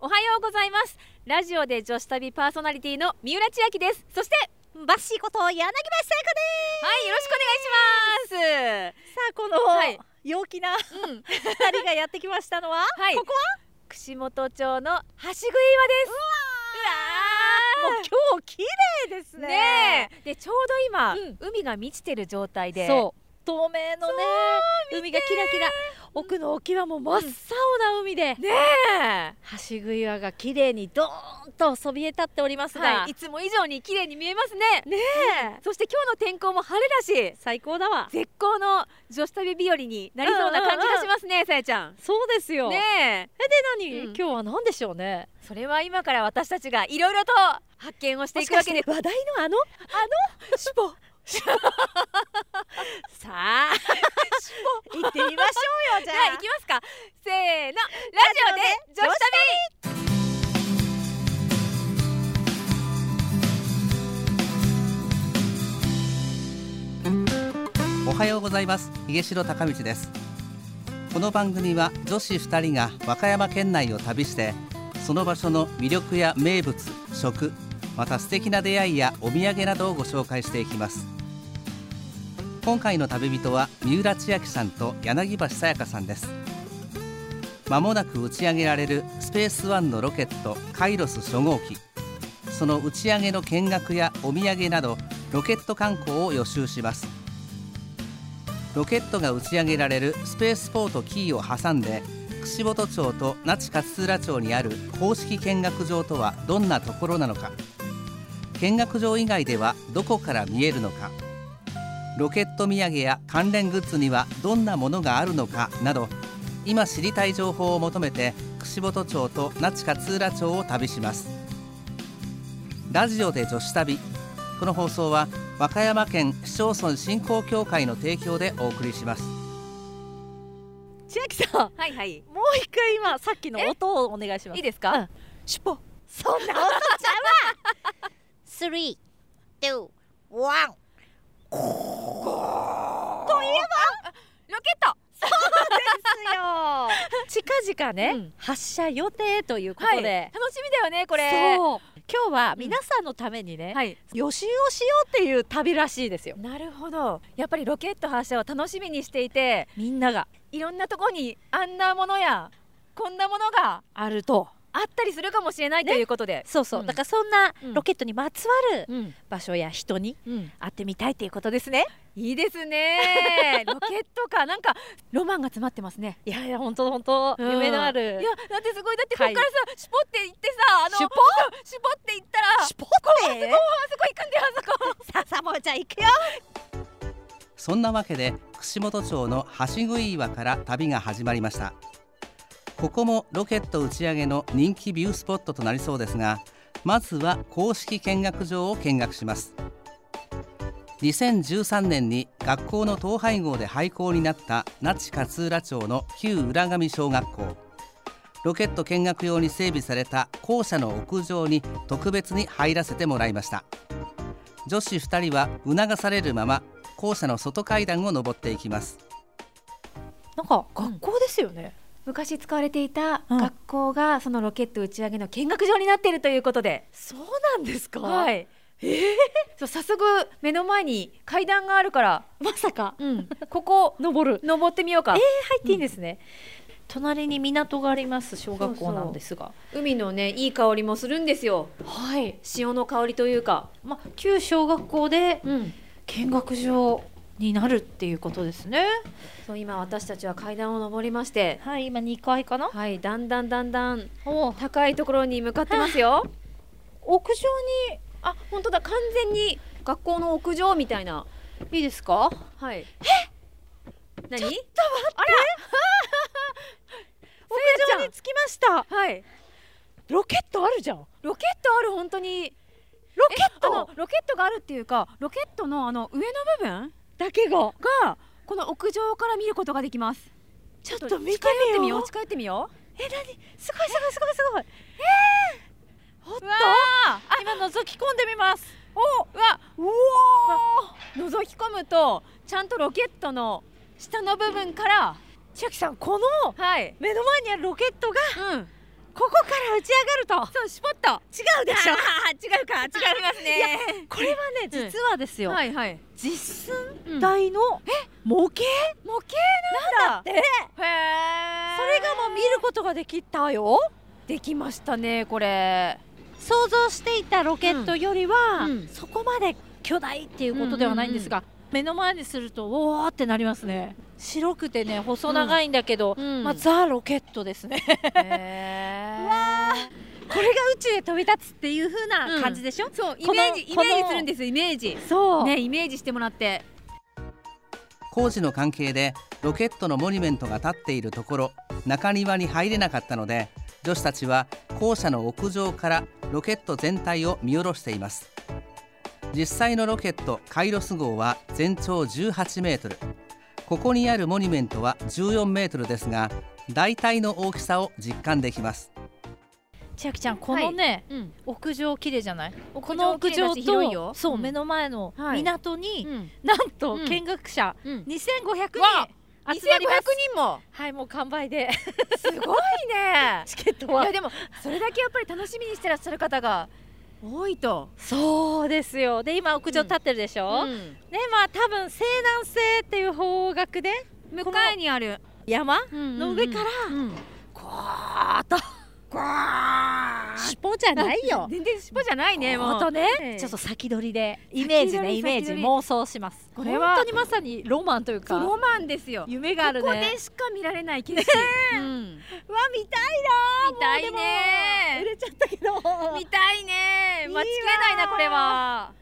おはようございますラジオで女子旅パーソナリティの三浦千秋ですそしてバッシーこと柳橋聖子ですはいよろしくお願いしさあこの、はい陽気なますうん二人がやってきましたのは、はいここ串本町の橋食い岩ですはもう今日綺麗ですうわーねねえでちょうど今、うん海が満ちてる状態でそう透明のね海がキラキラ奥の沖はもう真っ青な海で、ねえ橋食岩が綺麗にドーンとそびえ立っておりますが、はい、いつも以上に綺麗に見えますねねえそして今日の天候も晴れだし最高だわ絶好の女子旅日和になりそうな感じがしますねさやちゃんそうですよ、ねええで何、うん今日は何でしょうねそれは今から私たちがいろいろと発見をしていくわけです話題のあのシュ ポさあ行ってみま しょうよじゃじゃああ行きますかせーのラジオで女子おはようございますひげしろ高道ですこの番組は女子2人が和歌山県内を旅してその場所の魅力や名物食また素敵な出会いやお土産などをご紹介していきます今回の旅人は三浦千秋さんと柳橋さやかさんですまもなく打ち上げられるスペースワンのロケットカイロス初号機その打ち上げの見学やお土産などロケット観光を予習しますロケットが打ち上げられるスペースポートキーを挟んで串本町と那智勝浦町にある公式見学場とはどんなところなのか見学場以外ではどこから見えるのかロケット土産や関連グッズにはどんなものがあるのかなど今知りたい情報を求めて串本町と那智勝浦町を旅しますラジオで女子旅この放送は和歌山県市町村振興協会の提供でお送りします千秋さ旅んはいはいもう一回今さっきの音をお願いしまいすいですかシュポそんな音ちゃうわ three two one ロケット ですよ近々ね、うん発射予定というこはとで、い、楽しみだよねこれそう今日は皆さんのためにね、はい予習をしようっていう旅らしいですよなるほどやっぱりロケット発射を楽しみにしていてみんながいろんなところにあんなものやこんなものがあるとあったりするかもしれないということで、そうそう、うんだからそんなうんロケットにまつわる場所や人にうん会ってみたいということですねいいです ねロケットかなんかロマンが詰まってますねいやいや本当本当うん夢のある、いやだってすごいだってこはこいからさ、シュポって行ってさあのシュポシュポって行ったらシュポッてあそこ行くんだよあそこさあさあもうじゃあ行くよそんなわけで串本町の橋食い岩から旅が始まりましたここもロケット打ち上げの人気ビュースポットとなりそうですがまずは公式見学場を見学します2013年に学校の統廃合で廃校になった那智勝浦町の旧浦上小学校ロケット見学用に整備された校舎の屋上に特別に入らせてもらいました女子2人は促されるまま校舎の外階段を登っていきますなんか学校ですよね、昔使われていた学学校がそのロケット打ち上げの見学場になっているということで、そうなんですか、、はいいそう早速目の前に階段があるから、まさかここ登る登ってみようか、入っていいんですね、隣に港があります小学校なんですが海のねいい香りもするんですよはい、潮の香りというか、まあ、旧小学校でうん、見学場になるっていうことですねそう今私たちは階段を登りましてはい今2階かなはいだんだんだんだんお高いところに向かってますよ屋上にあ本当だ完全に学校の屋上みたいないいですかはいえ何 屋上屋上にに着きましたはいロケットあるじゃんロロケットある本当にケッあのトロケットがあるっていうかロケットのあの上の部分だけががこの屋上から見ることができますちょっちょっとと見て近寄ってみみよようう近寄ってみようえ何すごいすごいすごいすごいおっと今覗き込んでみますおうわおお覗き込むとちゃんとロケットの下の部分から千秋さんこのはい目の前にあるロケットがうんここから打ち上がるとそうスポット違うでしょあー違うか違いますねこれはねうん実はですよ、はいはい、実うん寸大の模型模型なんだってへえそれがもう見ることができたよできましたねこれ想像していたロケットよりは、うんうんそこまで巨大っていうことではないんですが、目の前にするとおーってなりますね白くてね細長いんだけど、うんまあ、ザ・ロケットですねこ へわれが宇宙へ飛び立つっていう風な感じでしょ、そうイのメージイこのメージするんですイメージそう、ねイメージしてもらって工事の関係でロケットのモニュメントが立っているところ中庭に入れなかったので女子たちは校舎の屋上からロケット全体を見下ろしています実際のロケットカイロス号は全長18メートルここにあるモニュメントは14メートルですが大体の大きさを実感できます千秋ちゃんこのね、うん屋上綺麗じゃないここの屋上広いよとそう、目の前のはい港に、うんなんとうん見学者うん2500人わ集まります人もはいもう完売です ごいねチケットいやはでもそれだけやっぱり楽しみにしてらっしゃる方が多いと、そうですよで今屋上立ってるでしょ、ねまあ多分西南西っていう方角で向このかいにある山のの上から、こーっと尻尾じゃないよ 全然尻尾じゃないねももっうとね、ええちょっと先取りでイメージ先取ねりイメージ先取り妄想しますこれは本当にまさにロマンというそうかロマンですよ夢があるここねでしか見られない景色、うんわ見たいなー見たいねーもうでも売れちゃったけど 見たいねいいわー待ちきれないなこれは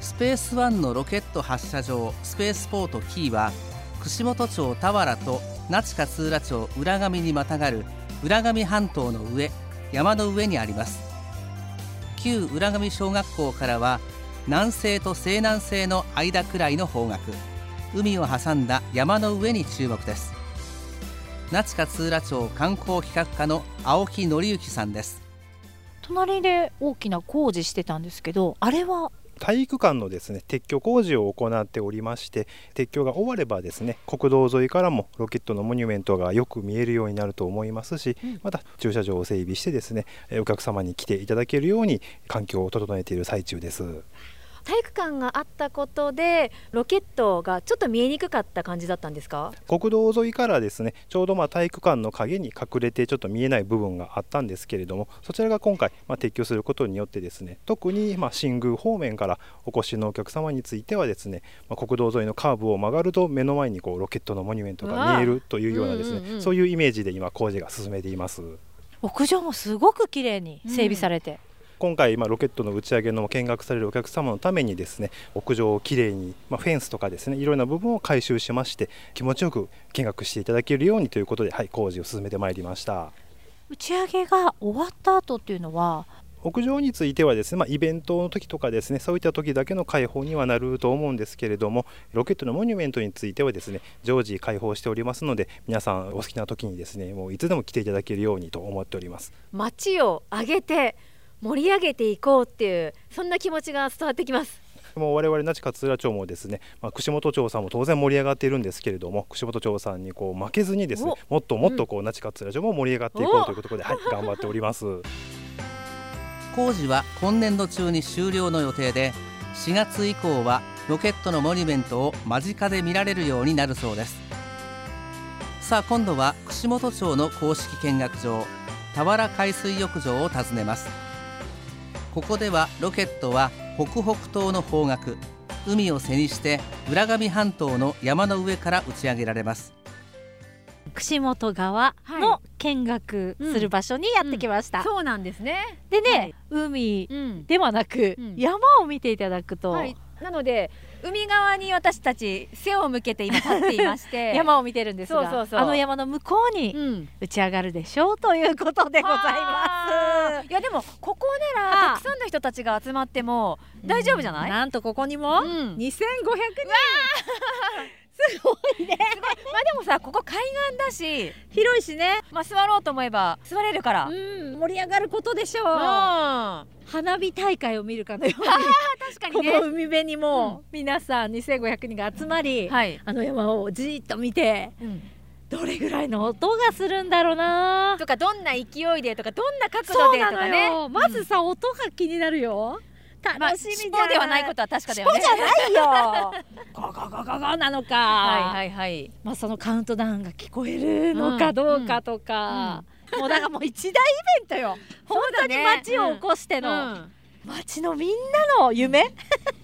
スペースワンのロケット発射場スペースポートキーは串本町田原と那智勝浦町浦上にまたがる浦上半島の上山の上にあります旧浦上小学校からは南西と西南西の間くらいの方角海を挟んだ山の上に注目です那智勝浦町観光企画課の青木紀之さんです隣で大きな工事してたんですけどあれは体育館のですね撤去工事を行っておりまして撤去が終わればですね国道沿いからもロケットのモニュメントがよく見えるようになると思いますし、うんまた駐車場を整備してですねえーお客様に来ていただけるように環境を整えている最中です。体育館があったことでロケットがちょっと見えにくかった感じだったんですか国道沿いからですねちょうどまあ体育館の陰に隠れてちょっと見えない部分があったんですけれどもそちらが今回、まあ、撤去することによってですね特にまあ新宮方面からお越しのお客様についてはですね、まあ、国道沿いのカーブを曲がると目の前にこうロケットのモニュメントが見えるというようなですね、うんうんうんそういうイメージで今工事が進めています。屋上もすごく綺麗に整備されて、今回、まあ、ロケットの打ち上げの見学されるお客様のためにですね屋上をきれいに、まあ、フェンスとかですねいろいろな部分を改修しまして気持ちよく見学していただけるようにということで、はい、工事を進めてまいりました打ち上げが終わった後っていうのは屋上についてはですね、まあ、イベントの時とかですねそういった時だけの開放にはなると思うんですけれどもロケットのモニュメントについてはですね常時開放しておりますので皆さんお好きな時にですねもういつでも来ていただけるようにと思っております。街を上げて盛り上げていこうっていうそんな気持ちが伝わってきますもう我々那智勝浦町もですね、まあ、串本町さんも当然盛り上がっているんですけれども串本町さんにこう負けずにですねもっともっとこう那智勝浦町も盛り上がっていこうということで、はい、 頑張っております。工事は今年度中に終了の予定で4月以降はロケットのモニュメントを間近で見られるようになるそうですさあ今度は串本町の公式見学場田原海水浴場を訪ねますここではロケットは北北東の方角海を背にして浦上半島の山の上から打ち上げられます串本川の見学する場所にやってきました、そうなんですねでね、はい海うんではなく、うん山を見ていただくと、はいなので海側に私たち背を向けて今立っていまし て山を見てるんですがそうそうそうあの山の向こうにうん打ち上がるでしょうということでございまあーいやでもここなはらあたくさんの人たちが集まっても大丈夫じゃす。ない？なんとここにも、うん2500人まあでもさここ海岸だし、広いしね、まあ座ろうと思えば座れるから。うん。うん、盛り上がることでしょう、確花火大会を見るかのようにかにこねの。海辺にも皆さん2500人が集まり、はい。あの山をじーっと見てうんどれぐらいの音がするんだろう なとかどんな勢いでとかどんな角そ度うでとなのかねよ、まずさ、音が気になるよまあ楽しみじゃ尻尾ではないことは確かだよね尻尾じゃないよゴゴゴゴゴなのか、はいはいはいまあ、そのカウントダウンが聞こえるのかどうかとか、もうだからもう一大イベントよ本当に街を起こしての、うん街のみんなの夢、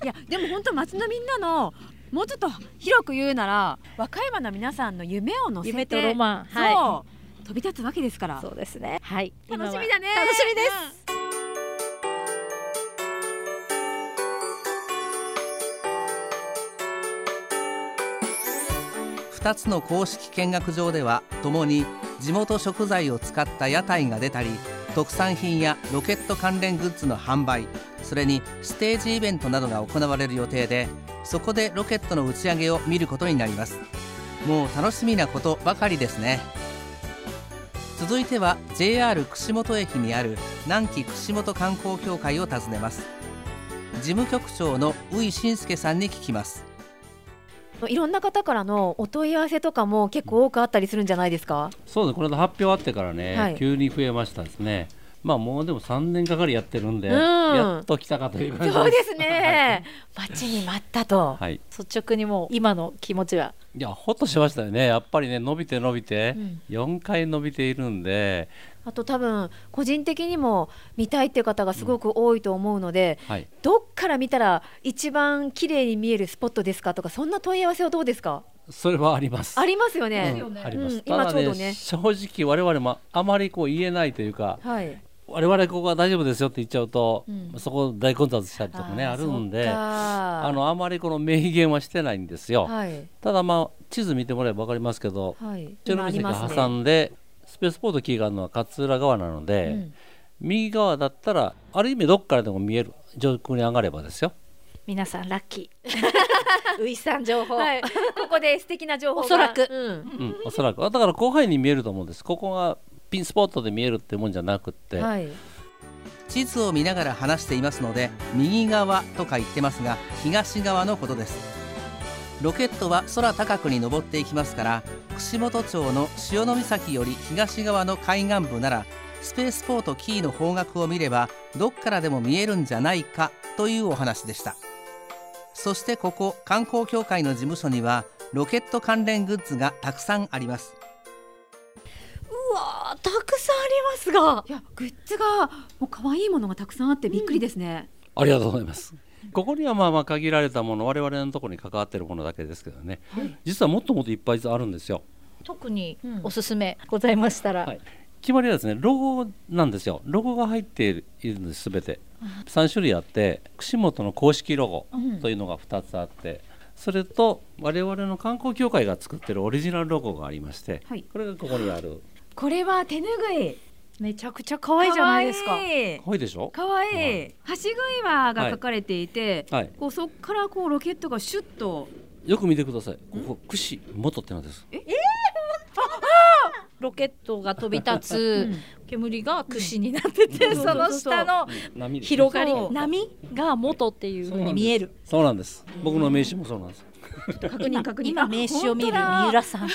いやでも本当町のみんなのもうちょっと広く言うなら和歌山の皆さんの夢を乗せて夢とロマン、はそう飛び立つわけですからい、そうですねはい楽しみ今はだね楽しみです、 2つの公式見学場ではともに地元食材を使った屋台が出たり特産品やロケット関連グッズの販売それにステージイベントなどが行われる予定でそこでロケットの打ち上げを見ることになりますもう楽しみなことばかりですね続いては JR 串本駅にある南紀串本観光協会を訪ねます事務局長の宇井信介さんに聞きますいろんな方からのお問い合わせとかも結構多くあったりするんじゃないですかそうですこれの発表あってからね、はい急に増えましたですね。まあもうでも3年かかりやってるんで、うんやっと来たかという感じそうですね待ちに待ったとはい。率直にもう今の気持ちはいやほっとしましたよね。やっぱりね伸びて伸びて、うん4回伸びているんで、あと多分個人的にも見たいっていう方がすごく多いと思うので、はい。どっから見たら一番綺麗に見えるスポットですかとかそんな問い合わせはどうですかそれはあります。ありますよね、うんあります。うんた今だちょうどねね正直我々もあまりこう言えないというか、はい我々ここは大丈夫ですよって言っちゃうと、うんそこ大混雑したりとかねあるんで。ああーそっかのあまりこの明言はしてないんですよ、はいただまあ地図見てもらえば分かりますけど、はい一応の今あり店まがす挟ねんで、スペースポートキーがあるのは勝浦側なので、うん右側だったらある意味どっからでも見える上空に上がればですよ皆さんラッキーウイさん情報、はい、 ここで素敵な情報がおそらくうんうん、おそらくだから広範囲に見えると思うんですここがピンスポットで見えるってもんじゃなくって、はい、地図を見ながら話していますので右側とか言ってますが東側のことですロケットは空高くに登っていきますから串本町の潮岬より東側の海岸部ならスペースポートキーの方角を見ればどっからでも見えるんじゃないかというお話でしたそしてここ観光協会の事務所にはロケット関連グッズがたくさんありますうわーたくさんありますがいやグッズがもう可愛いものがたくさんあってびっくりですね、ありがとうございますここにはまあまあ限られたもの我々のところに関わってるものだけですけどね、実はもっともっといっぱいあるんですよ特にうんおすすめございましたら、はい決まりはですねロゴなんですよロゴが入っているいるんです全て3種類あって串本の公式ロゴというのが2つあって、それと我々の観光協会が作ってるオリジナルロゴがありまして、はいこれがここにあるこれは手ぬぐいめちゃくちゃ可愛いじゃないですかいいかわいいでしょ可愛いはいい橋食い輪が書かれていて、はいこうそこからこうロケットがシュッとよく見てくださいここ串元ってなんですロケットが飛び 立うんつ煙が串になってて、うんその下の波ですね広がりそう波が元っていう風に見えるそうなんです僕の名刺もそうなんです確認確認今名刺を見る三浦 さん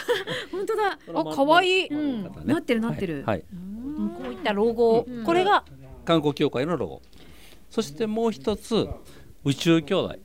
本当だこのあ可愛いこの方ねなってるなってるはいはいうんこういったロゴ、うんこれが観光協会のロゴそしてもう一つ宇宙兄弟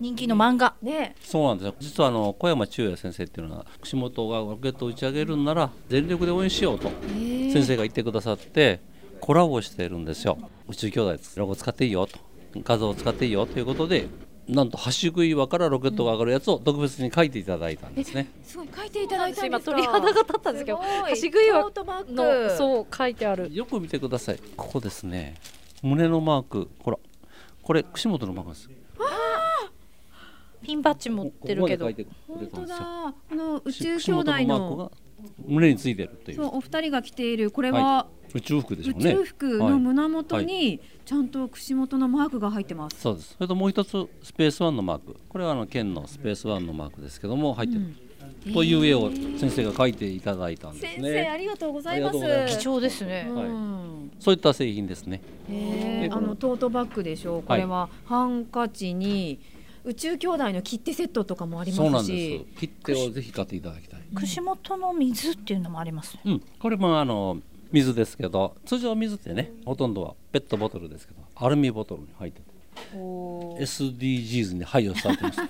人気の漫画、ねそうなんですよ実はあの小山中也先生っていうのは串本がロケットを打ち上げるんなら全力で応援しようと先生が言ってくださってコラボしてるんですよ宇宙兄弟ロゴ使っていいよと画像を使っていいよということでなんと端食い岩からロケットが上がるやつを特別に書いていただいたんですね、すごい書いていただいたん今ですか鳥肌が立ったんですけど橋食いはのうそう書いてあるよく見てくださいここですね胸のマークほらこれ串本のマークですピンバッジ持ってるけどここまで書いてく本当れたんですよだこの宇宙串兄本弟のマーのクが胸についてるといそううお二人が着ているこれは、は宇宙服でしょ宇うね宙服の胸元にちゃんと串本のマークが入ってます。そうですそれともう一つスペースワンのマークこれはあの県のスペースワンのマークですけども入ってる、という絵を先生が描いていただいたんです先生あねりがとうございまあすりがとうございます貴重ですね、はいうんそういった製品ですねへでーあのトートバッグでしょこれは、ハンカチに宇宙兄弟の切手セットとかもありそうなまんすしです切手をぜひ買っていただきたい、串本の水っていうのもありますねうん、これもあの水ですけど通常水ってねほとんどはペットボトルですけどアルミボトルに入ってて SDGs に配慮されてます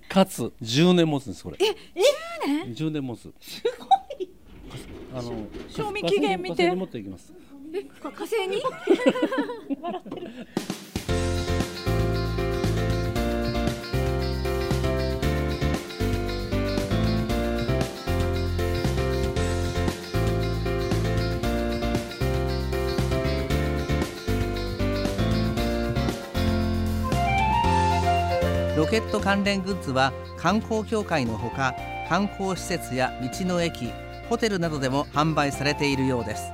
かつ10年持つんですこれえ10年 ?10 年持つすごいあの賞味期限見てガソリンガソリン持っていきます火星にロケット関連グッズは観光協会のほか観光施設や道の駅ホテルなどでも販売されているようです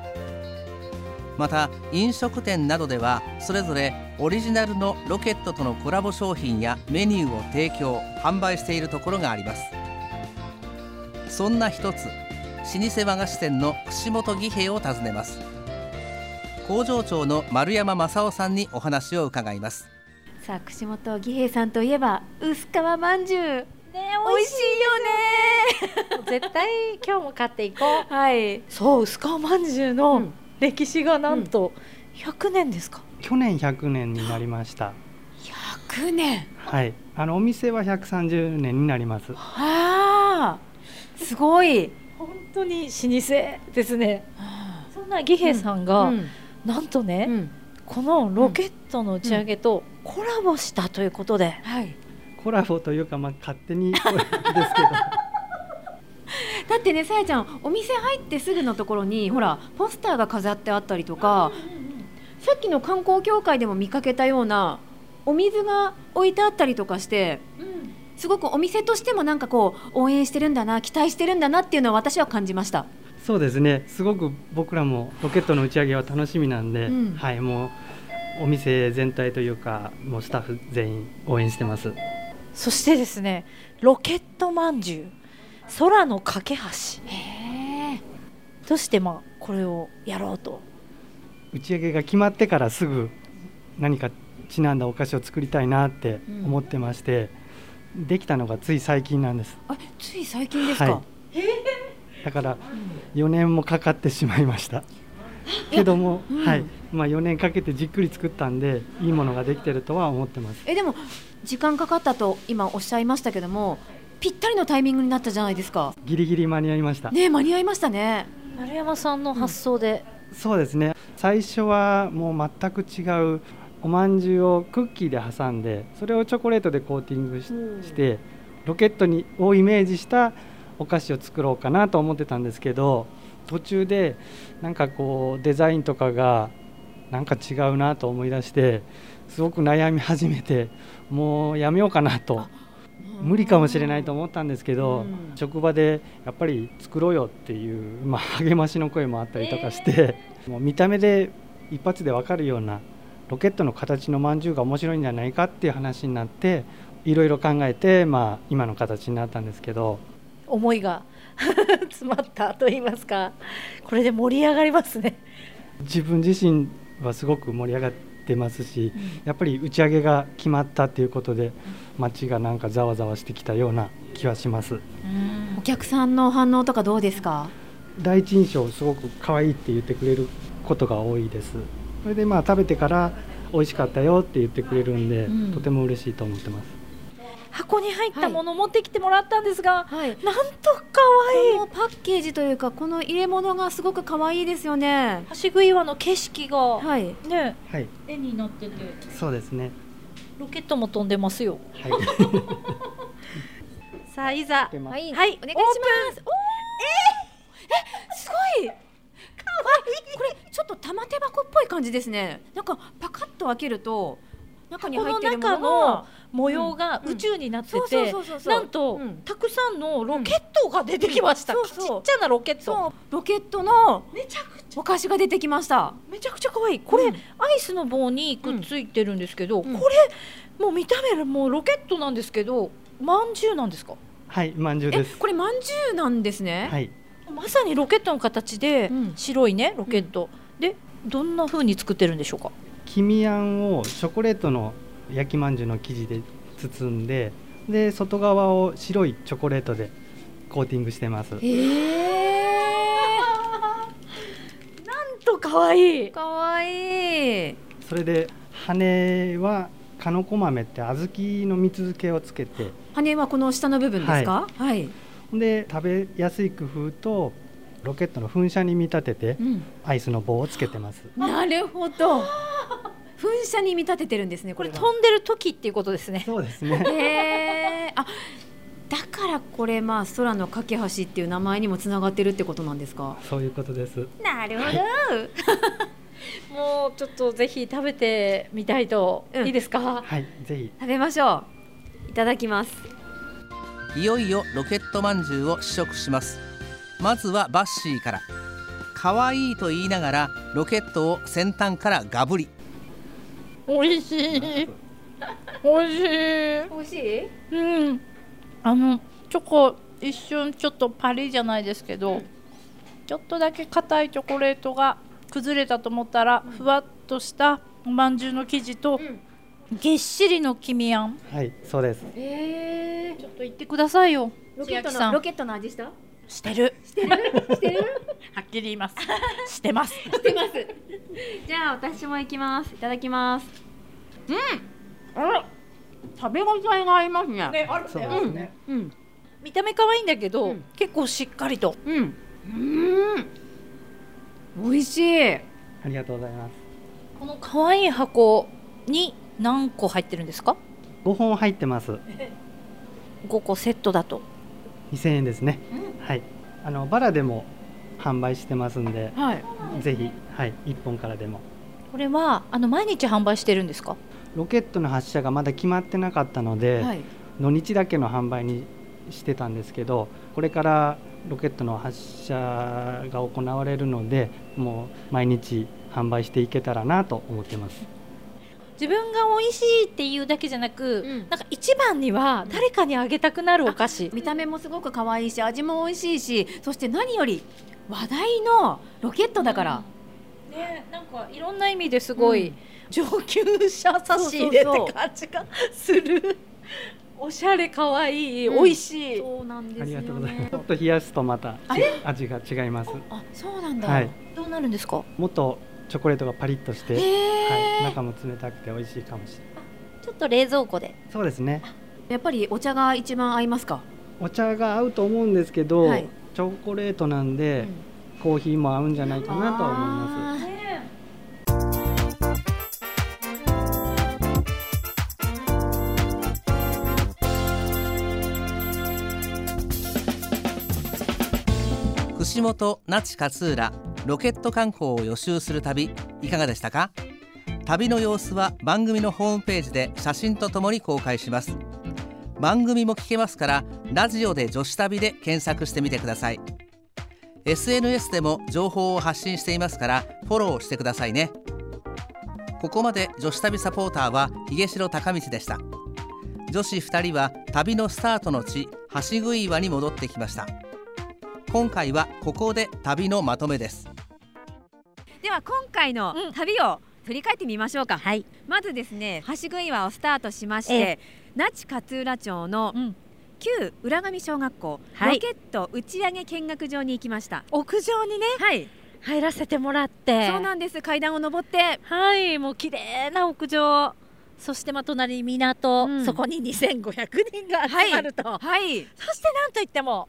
また飲食店などではそれぞれオリジナルのロケットとのコラボ商品やメニューを提供販売しているところがありますそんな一つ老舗和菓子店の串本義兵を訪ねます工場長の丸山正夫さんにお話を伺いますさあ串本義平さんといえば薄皮まんじゅうね美味しいよね絶対今日も買っていこうはいそう薄皮まんじゅうの歴史がなんと100年ですか、去年100年になりました9年はいあのお店は130年になりますあーすごい本当に老舗ですねそんな義兵さんが、なんとね、うんこのロケットの打ち上げとコラボしたということで、はいコラボというかまあ勝手 にですけどだってねさやちゃんお店入ってすぐのところにほらポスターが飾ってあったりとかさっきの観光協会でも見かけたようなお水が置いてあったりとかしてすごくお店としてもなんかこう応援してるんだな期待してるんだなっていうのは私は感じましたそうですねすごく僕らもロケットの打ち上げは楽しみなんで、うんはいもうお店全体というかもうスタッフ全員応援してますそしてですねロケットまんじゅう空の架け橋としてまあこれをやろうと打ち上げが決まってからすぐ何かちなんだお菓子を作りたいなって思ってまして、できたのがつい最近なんですあつい最近ですか、はい、だから4年もかかってしまいましたけども、うんはいまあ、4年かけてじっくり作ったんでいいものができてるとは思ってますえでも時間かかったと今おっしゃいましたけどもぴったりのタイミングになったじゃないですかギリギリ間に合いました、ねえ間に合いましたね丸山さんの発想で、そうですね最初はもう全く違うおまんじゅうをクッキーで挟んでそれをチョコレートでコーティングししてロケットにをイメージしたお菓子を作ろうかなと思ってたんですけど途中でなんかこうデザインとかがなんか違うなと思い出してすごく悩み始めてもうやめようかなと無理かもしれないと思ったんですけど、うん職場でやっぱり作ろうよっていう、まあ、励ましの声もあったりとかして、もう見た目で一発で分かるようなロケットの形のまんじゅうが面白いんじゃないかっていう話になっていろいろ考えて、まあ、今の形になったんですけど思 いが詰まったと言いますかこれで盛り上がりますね自分自身はすごく盛り上がってますし、やっぱり打ち上げが決まったっていうことで街がなんかざわざわしてきたような気はします。お客さんの反応とかどうですか第一印象すごく可愛いって言ってくれることが多いですそれでまあ食べてから美味しかったよって言ってくれるんで、うんとても嬉しいと思ってます箱に入ったもの持ってきてもらったんですが、はいなんとかわいいこのパッケージというかこの入れ物がすごく可愛いですよね橋食い岩の景色が、はいねはい絵になっててそうですねロケットも飛んでますよはいさあいざ出ますはい、お願いしますこれちょっと玉手箱っぽい感じですねなんかパカッと開けると中にこ入のってるも中ののが模様がうん宇宙になってそうそうてそうそうそうなんと、うんたくさんのロケットが出てきました、うんちそうそうっちゃなロケットそうロケットのめちゃくちゃお菓子が出てきましためちゃくちゃ可愛いこれ、うんアイスの棒にくっついてるんですけど、うんこれもう見た目もうロケットなんですけどまんじゅうなんですかはいまんじゅうえですこれまんじゅうなんですね、はいまさにロケットの形で、うん白いねロケット、でどんな風に作ってるんでしょうか黄身あんをチョコレートの焼きまんじゅうの生地で包んでで外側を白いチョコレートでコーティングしてますええなんと可愛いー、かわいい。それで羽はかのこ豆って小豆の蜜漬けをつけて羽はこの下の部分ですか？はい。で食べやすい工夫とロケットの噴射に見立ててうん。アイスの棒をつけてますなるほど。噴射に見立ててるんですね。ここれれは。飛んでる時っていうことですねそうですねえー、あ、だからこれまあ空の架け橋っていう名前にもつながってるってことなんですか？ そういうことですなるほど。もうちょっとぜひ食べてみたいと、うんいいですかはいぜひ食べましょう。いただきます。いよいよロケットまんじゅうを試食しますまずはバッシーから可愛いと言いながらロケットを先端からガブリおいしいおいしい美味しい？うんあのチョコ一瞬ちょっとパリじゃないですけど、ちょっとだけ硬いチョコレートが崩れたと思ったら、ふわっとしたおまんじゅうの生地と、ぎっしりの黄身あんはいそうですええちょっと言ってくださいよロケット千秋さのんロケットの味した？してるしてる？してる？ はっきり言います してますしてます。じゃあ私も行きます。いただきます。食べ応えがありますね。ね、あるそうですね、うん。見た目可愛いんだけど、うん結構しっかりとうん。うん。美味しい。ありがとうございますこの可愛い箱に何個入ってるんですか5本入ってます5個セットだと2000円ですね、はいあのバラでも販売してますんではい。ぜひ、はい、1本からでもこれはあの毎日販売してるんですかロケットの発射がまだ決まってなかったので、はい。土日だけの販売にしてたんですけどこれからロケットの発射が行われるのでもう毎日販売していけたらなと思ってます自分が美味しいっていうだけじゃなく、うんなんか一番には誰かにあげたくなるお菓子、見た目もすごく可愛いし、味も美味しいし、そして何より話題のロケットだから。ねなんかいろんな意味ですごい、上級者差し入れってそうそうそう感じがするおしゃれ可愛い、うん美味しいそうなんあですりがとうよございますねちょ。っと冷やすとまた味が違いますあ、そうなんだ。はいどうなるんですかもっとチョコレートがパリッとして、へはい、え、中も冷たくて美味しいかもしれないちょっと冷蔵庫でそうですねやっぱりお茶が一番合いますか。お茶が合うと思うんですけど、はいチョコレートなんで、コーヒーも合うんじゃないかなとは思いますあー串本那智勝浦ロケット観光を予習する旅いかがでしたか旅の様子は番組のホームページで写真とともに公開します番組も聞けますからラジオで女子旅で検索してみてください SNS でも情報を発信していますからフォローしてくださいねここまで女子旅サポーターはひげしろ高道でした女子2人は旅のスタートの地橋杭岩に戻ってきました今回はここで旅のまとめですでは今回のうん旅を振り返ってみましょうか、はいまずですね橋食岩をスタートしましえて那智勝浦町のうん旧浦上小学校、はいロケット打ち上げ見学場に行きました屋上にねはい、入らせてもらってそうなんです階段を上ってはいもう綺麗な屋上そしてまあ隣に港、うんそこに2500人が集まると、はいそしてなんといっても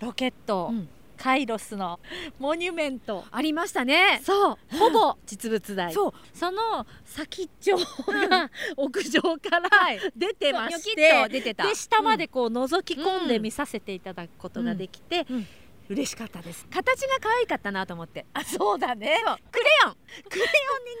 ロケット、うんカイロスのモニュメントありましたねそうほぼ実物大そうその先っちょが屋上からはい出てましニョキッとて出てたで下までこう覗き込んで見させていただくことができて、うんうん嬉しかったです形が可愛かったなと思ってあそうだねクレヨンクレヨンに似てる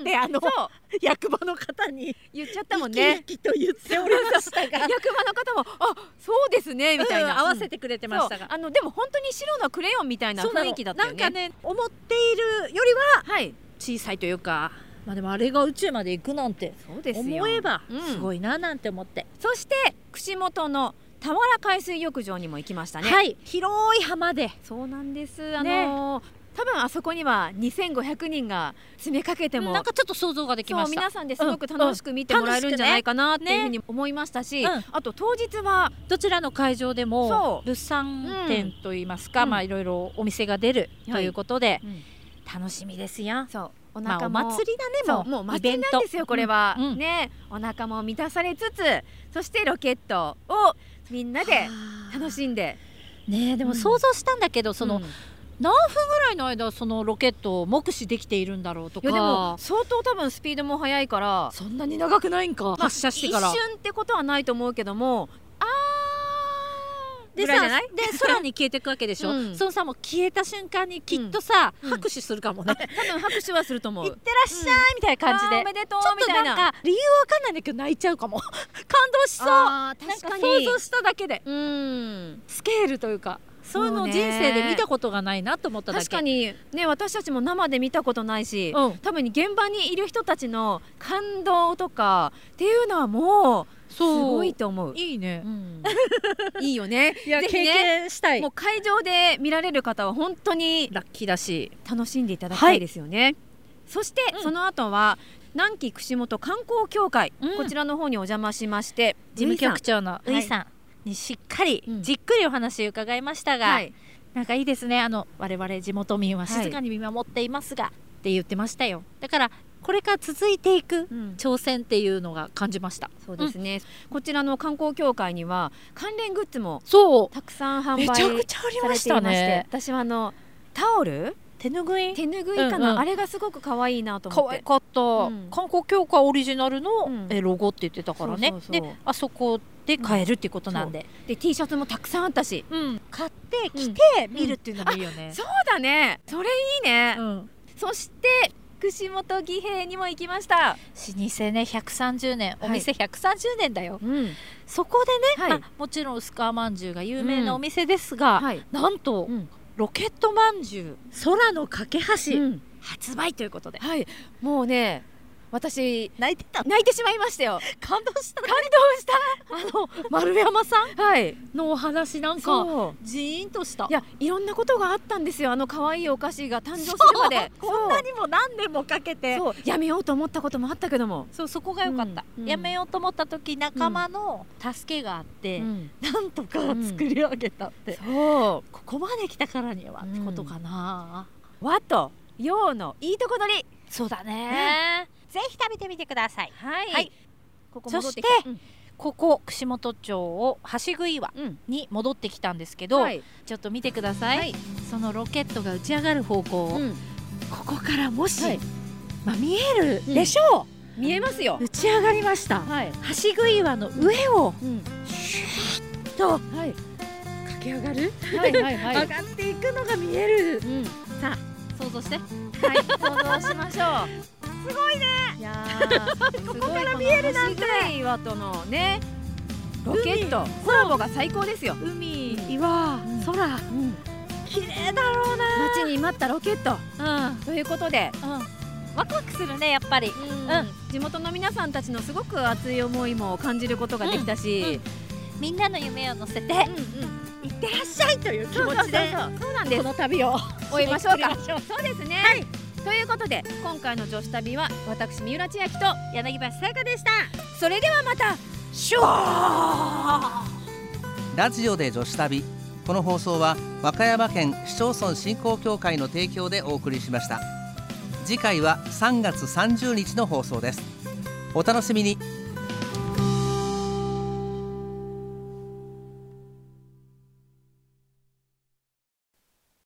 って、あのそう役場の方に言っちゃったもんね生き生きと言っておりましたが 役場の方もあそうですねみたいな、うん合わせてくれてましたそうが、あのでも本当に白のクレヨンみたいなそうな雰の囲気だったよねなんかね思っているよりははい小さいというかまあでもあれが宇宙まで行くなんてそうですよ思えばうんすごいななんて思って、そして串本の田原海水浴場にも行きましたね。はい広い浜でそうなんです。あのねー多分あそこには2500人が詰めかけてもなんかちょっと想像ができそまうした皆さんですごく楽しく見てもらえるんじゃないかなっていうふうに思いましたし、うんあと当日はどちらの会場でもそう物産展といいますか、うんまあいろいろお店が出るということで、うん楽しみですやん。そうおまあ腹おも、祭りだねそもうもううイ祭ベりンなトんですよこれは、うんうんねお腹も満たされつつそしてロケットをみんなで 楽しんでねえでもうん想像したんだけど、そのうんい何分ぐらいの間そのロケットを目視できているんだろうとかやでも相当多分スピードも速いからそんなに長くないんか、発射してから一瞬ってことはないと思うけどもあーぐでさらいじゃないで空に消えていくわけでしょ、うんそのさもう消えた瞬間にきっとさ、うん拍手するかもね、多分拍手はすると思行っうてらっしゃいみたいな感じで、あーおめでとうちょっみとたいななんか理由わかんないんだけど泣いちゃうかも 感動しそうなあんかー確かに想像しただけでうんスケールというかそういうのをそうね人生で見たことがないなと思っただけ確かにね私たちも生で見たことないし、うん多分に現場にいる人たちの感動とかっていうのはもうすそうごいと思う。いいねう、ん いいよね。いやぜ経ひね験したいもう会場で見られる方は本当にラッキーだし楽しんでいただきたいですよね。そして、うんその後は南紀串本観光協会、うんこちらの方にお邪魔しまして事務局長のはいウイさんにしっかりうんじっくりお話伺いましたが、はい、なんかいいですねあの我々地元民は静かに見守っていますが、って言ってましたよだからこれから続いていくうん挑戦っていうのが感じましたそうですね、こちらの観光協会には関連グッズもそたくさんう販売めちゃくちゃありさまれしていたまして、ね私はあのタオル手ぬぐい手ぬぐいかな、うんうんあれがすごく可愛いなと思可って愛かった、うん観光協会オリジナルの、うんえロゴって言ってたからねそうそうそうであそこで買えるっていうことなんで、で T シャツもたくさんあったしうん買って着て着て、見るっていうのもいいよね、そうだねそれいいね、うんそして串本義兵にも行きました、老舗ね130年お店130年だよ、うんそこでね、はいまあもちろん薄皮まんじゅうが有名なお店ですが、はいなんと、うんロケットまんじゅう空の架け橋、うん発売ということではい、もうね私泣いてた泣いてしまいましたよ感動した感動した あの丸山さんはいのお話なんかそうジーンとしたいやいろんなことがあったんですよあの可愛いお菓子が誕生するまでこんなにも何年もかけてそうやめようと思ったこともあったけども、そうそこが良かった、うんうんやめようと思った時仲間の助けがあって、うんなんとか作り上げたって、そうここまで来たからにはってことかな、和と洋のいいとこ取りそうだね、ぜひ食べてみてくださいはいはいここそ戻っしててきたここ串本町を橋食い岩うんうんに戻ってきたんですけど、はいちょっと見てください、そのロケットが打ち上がる方向を、うんここからもし、はいまあ、見えるでしょ見えますよう、打ち上がりましたはい橋食い岩の上をうんとはい駆け上がる、はいはいは 上がっていくのが見えるうん想像してはい想像しましょうすごいねいやーここから見えるなんて岩とのねロケットコラボが最高ですよ海岩、空 綺麗だろう待ちに待ったロケットなうんということでうんワクワクするねやっぱりうん地元の皆さんたちのすごく熱い思いも感じることができたし、みんなの夢を乗せてうんうんいってらっしゃいという気そうそう持そうちでそうなんですこの旅を終えましょうか締めくくりましょうそうですね、ということで今回の女子旅は私三浦千秋と柳橋さやかでしたそれではまたラジオで女子旅この放送は和歌山県市町村振興協会の提供でお送りしました次回は3月30日の放送ですお楽しみに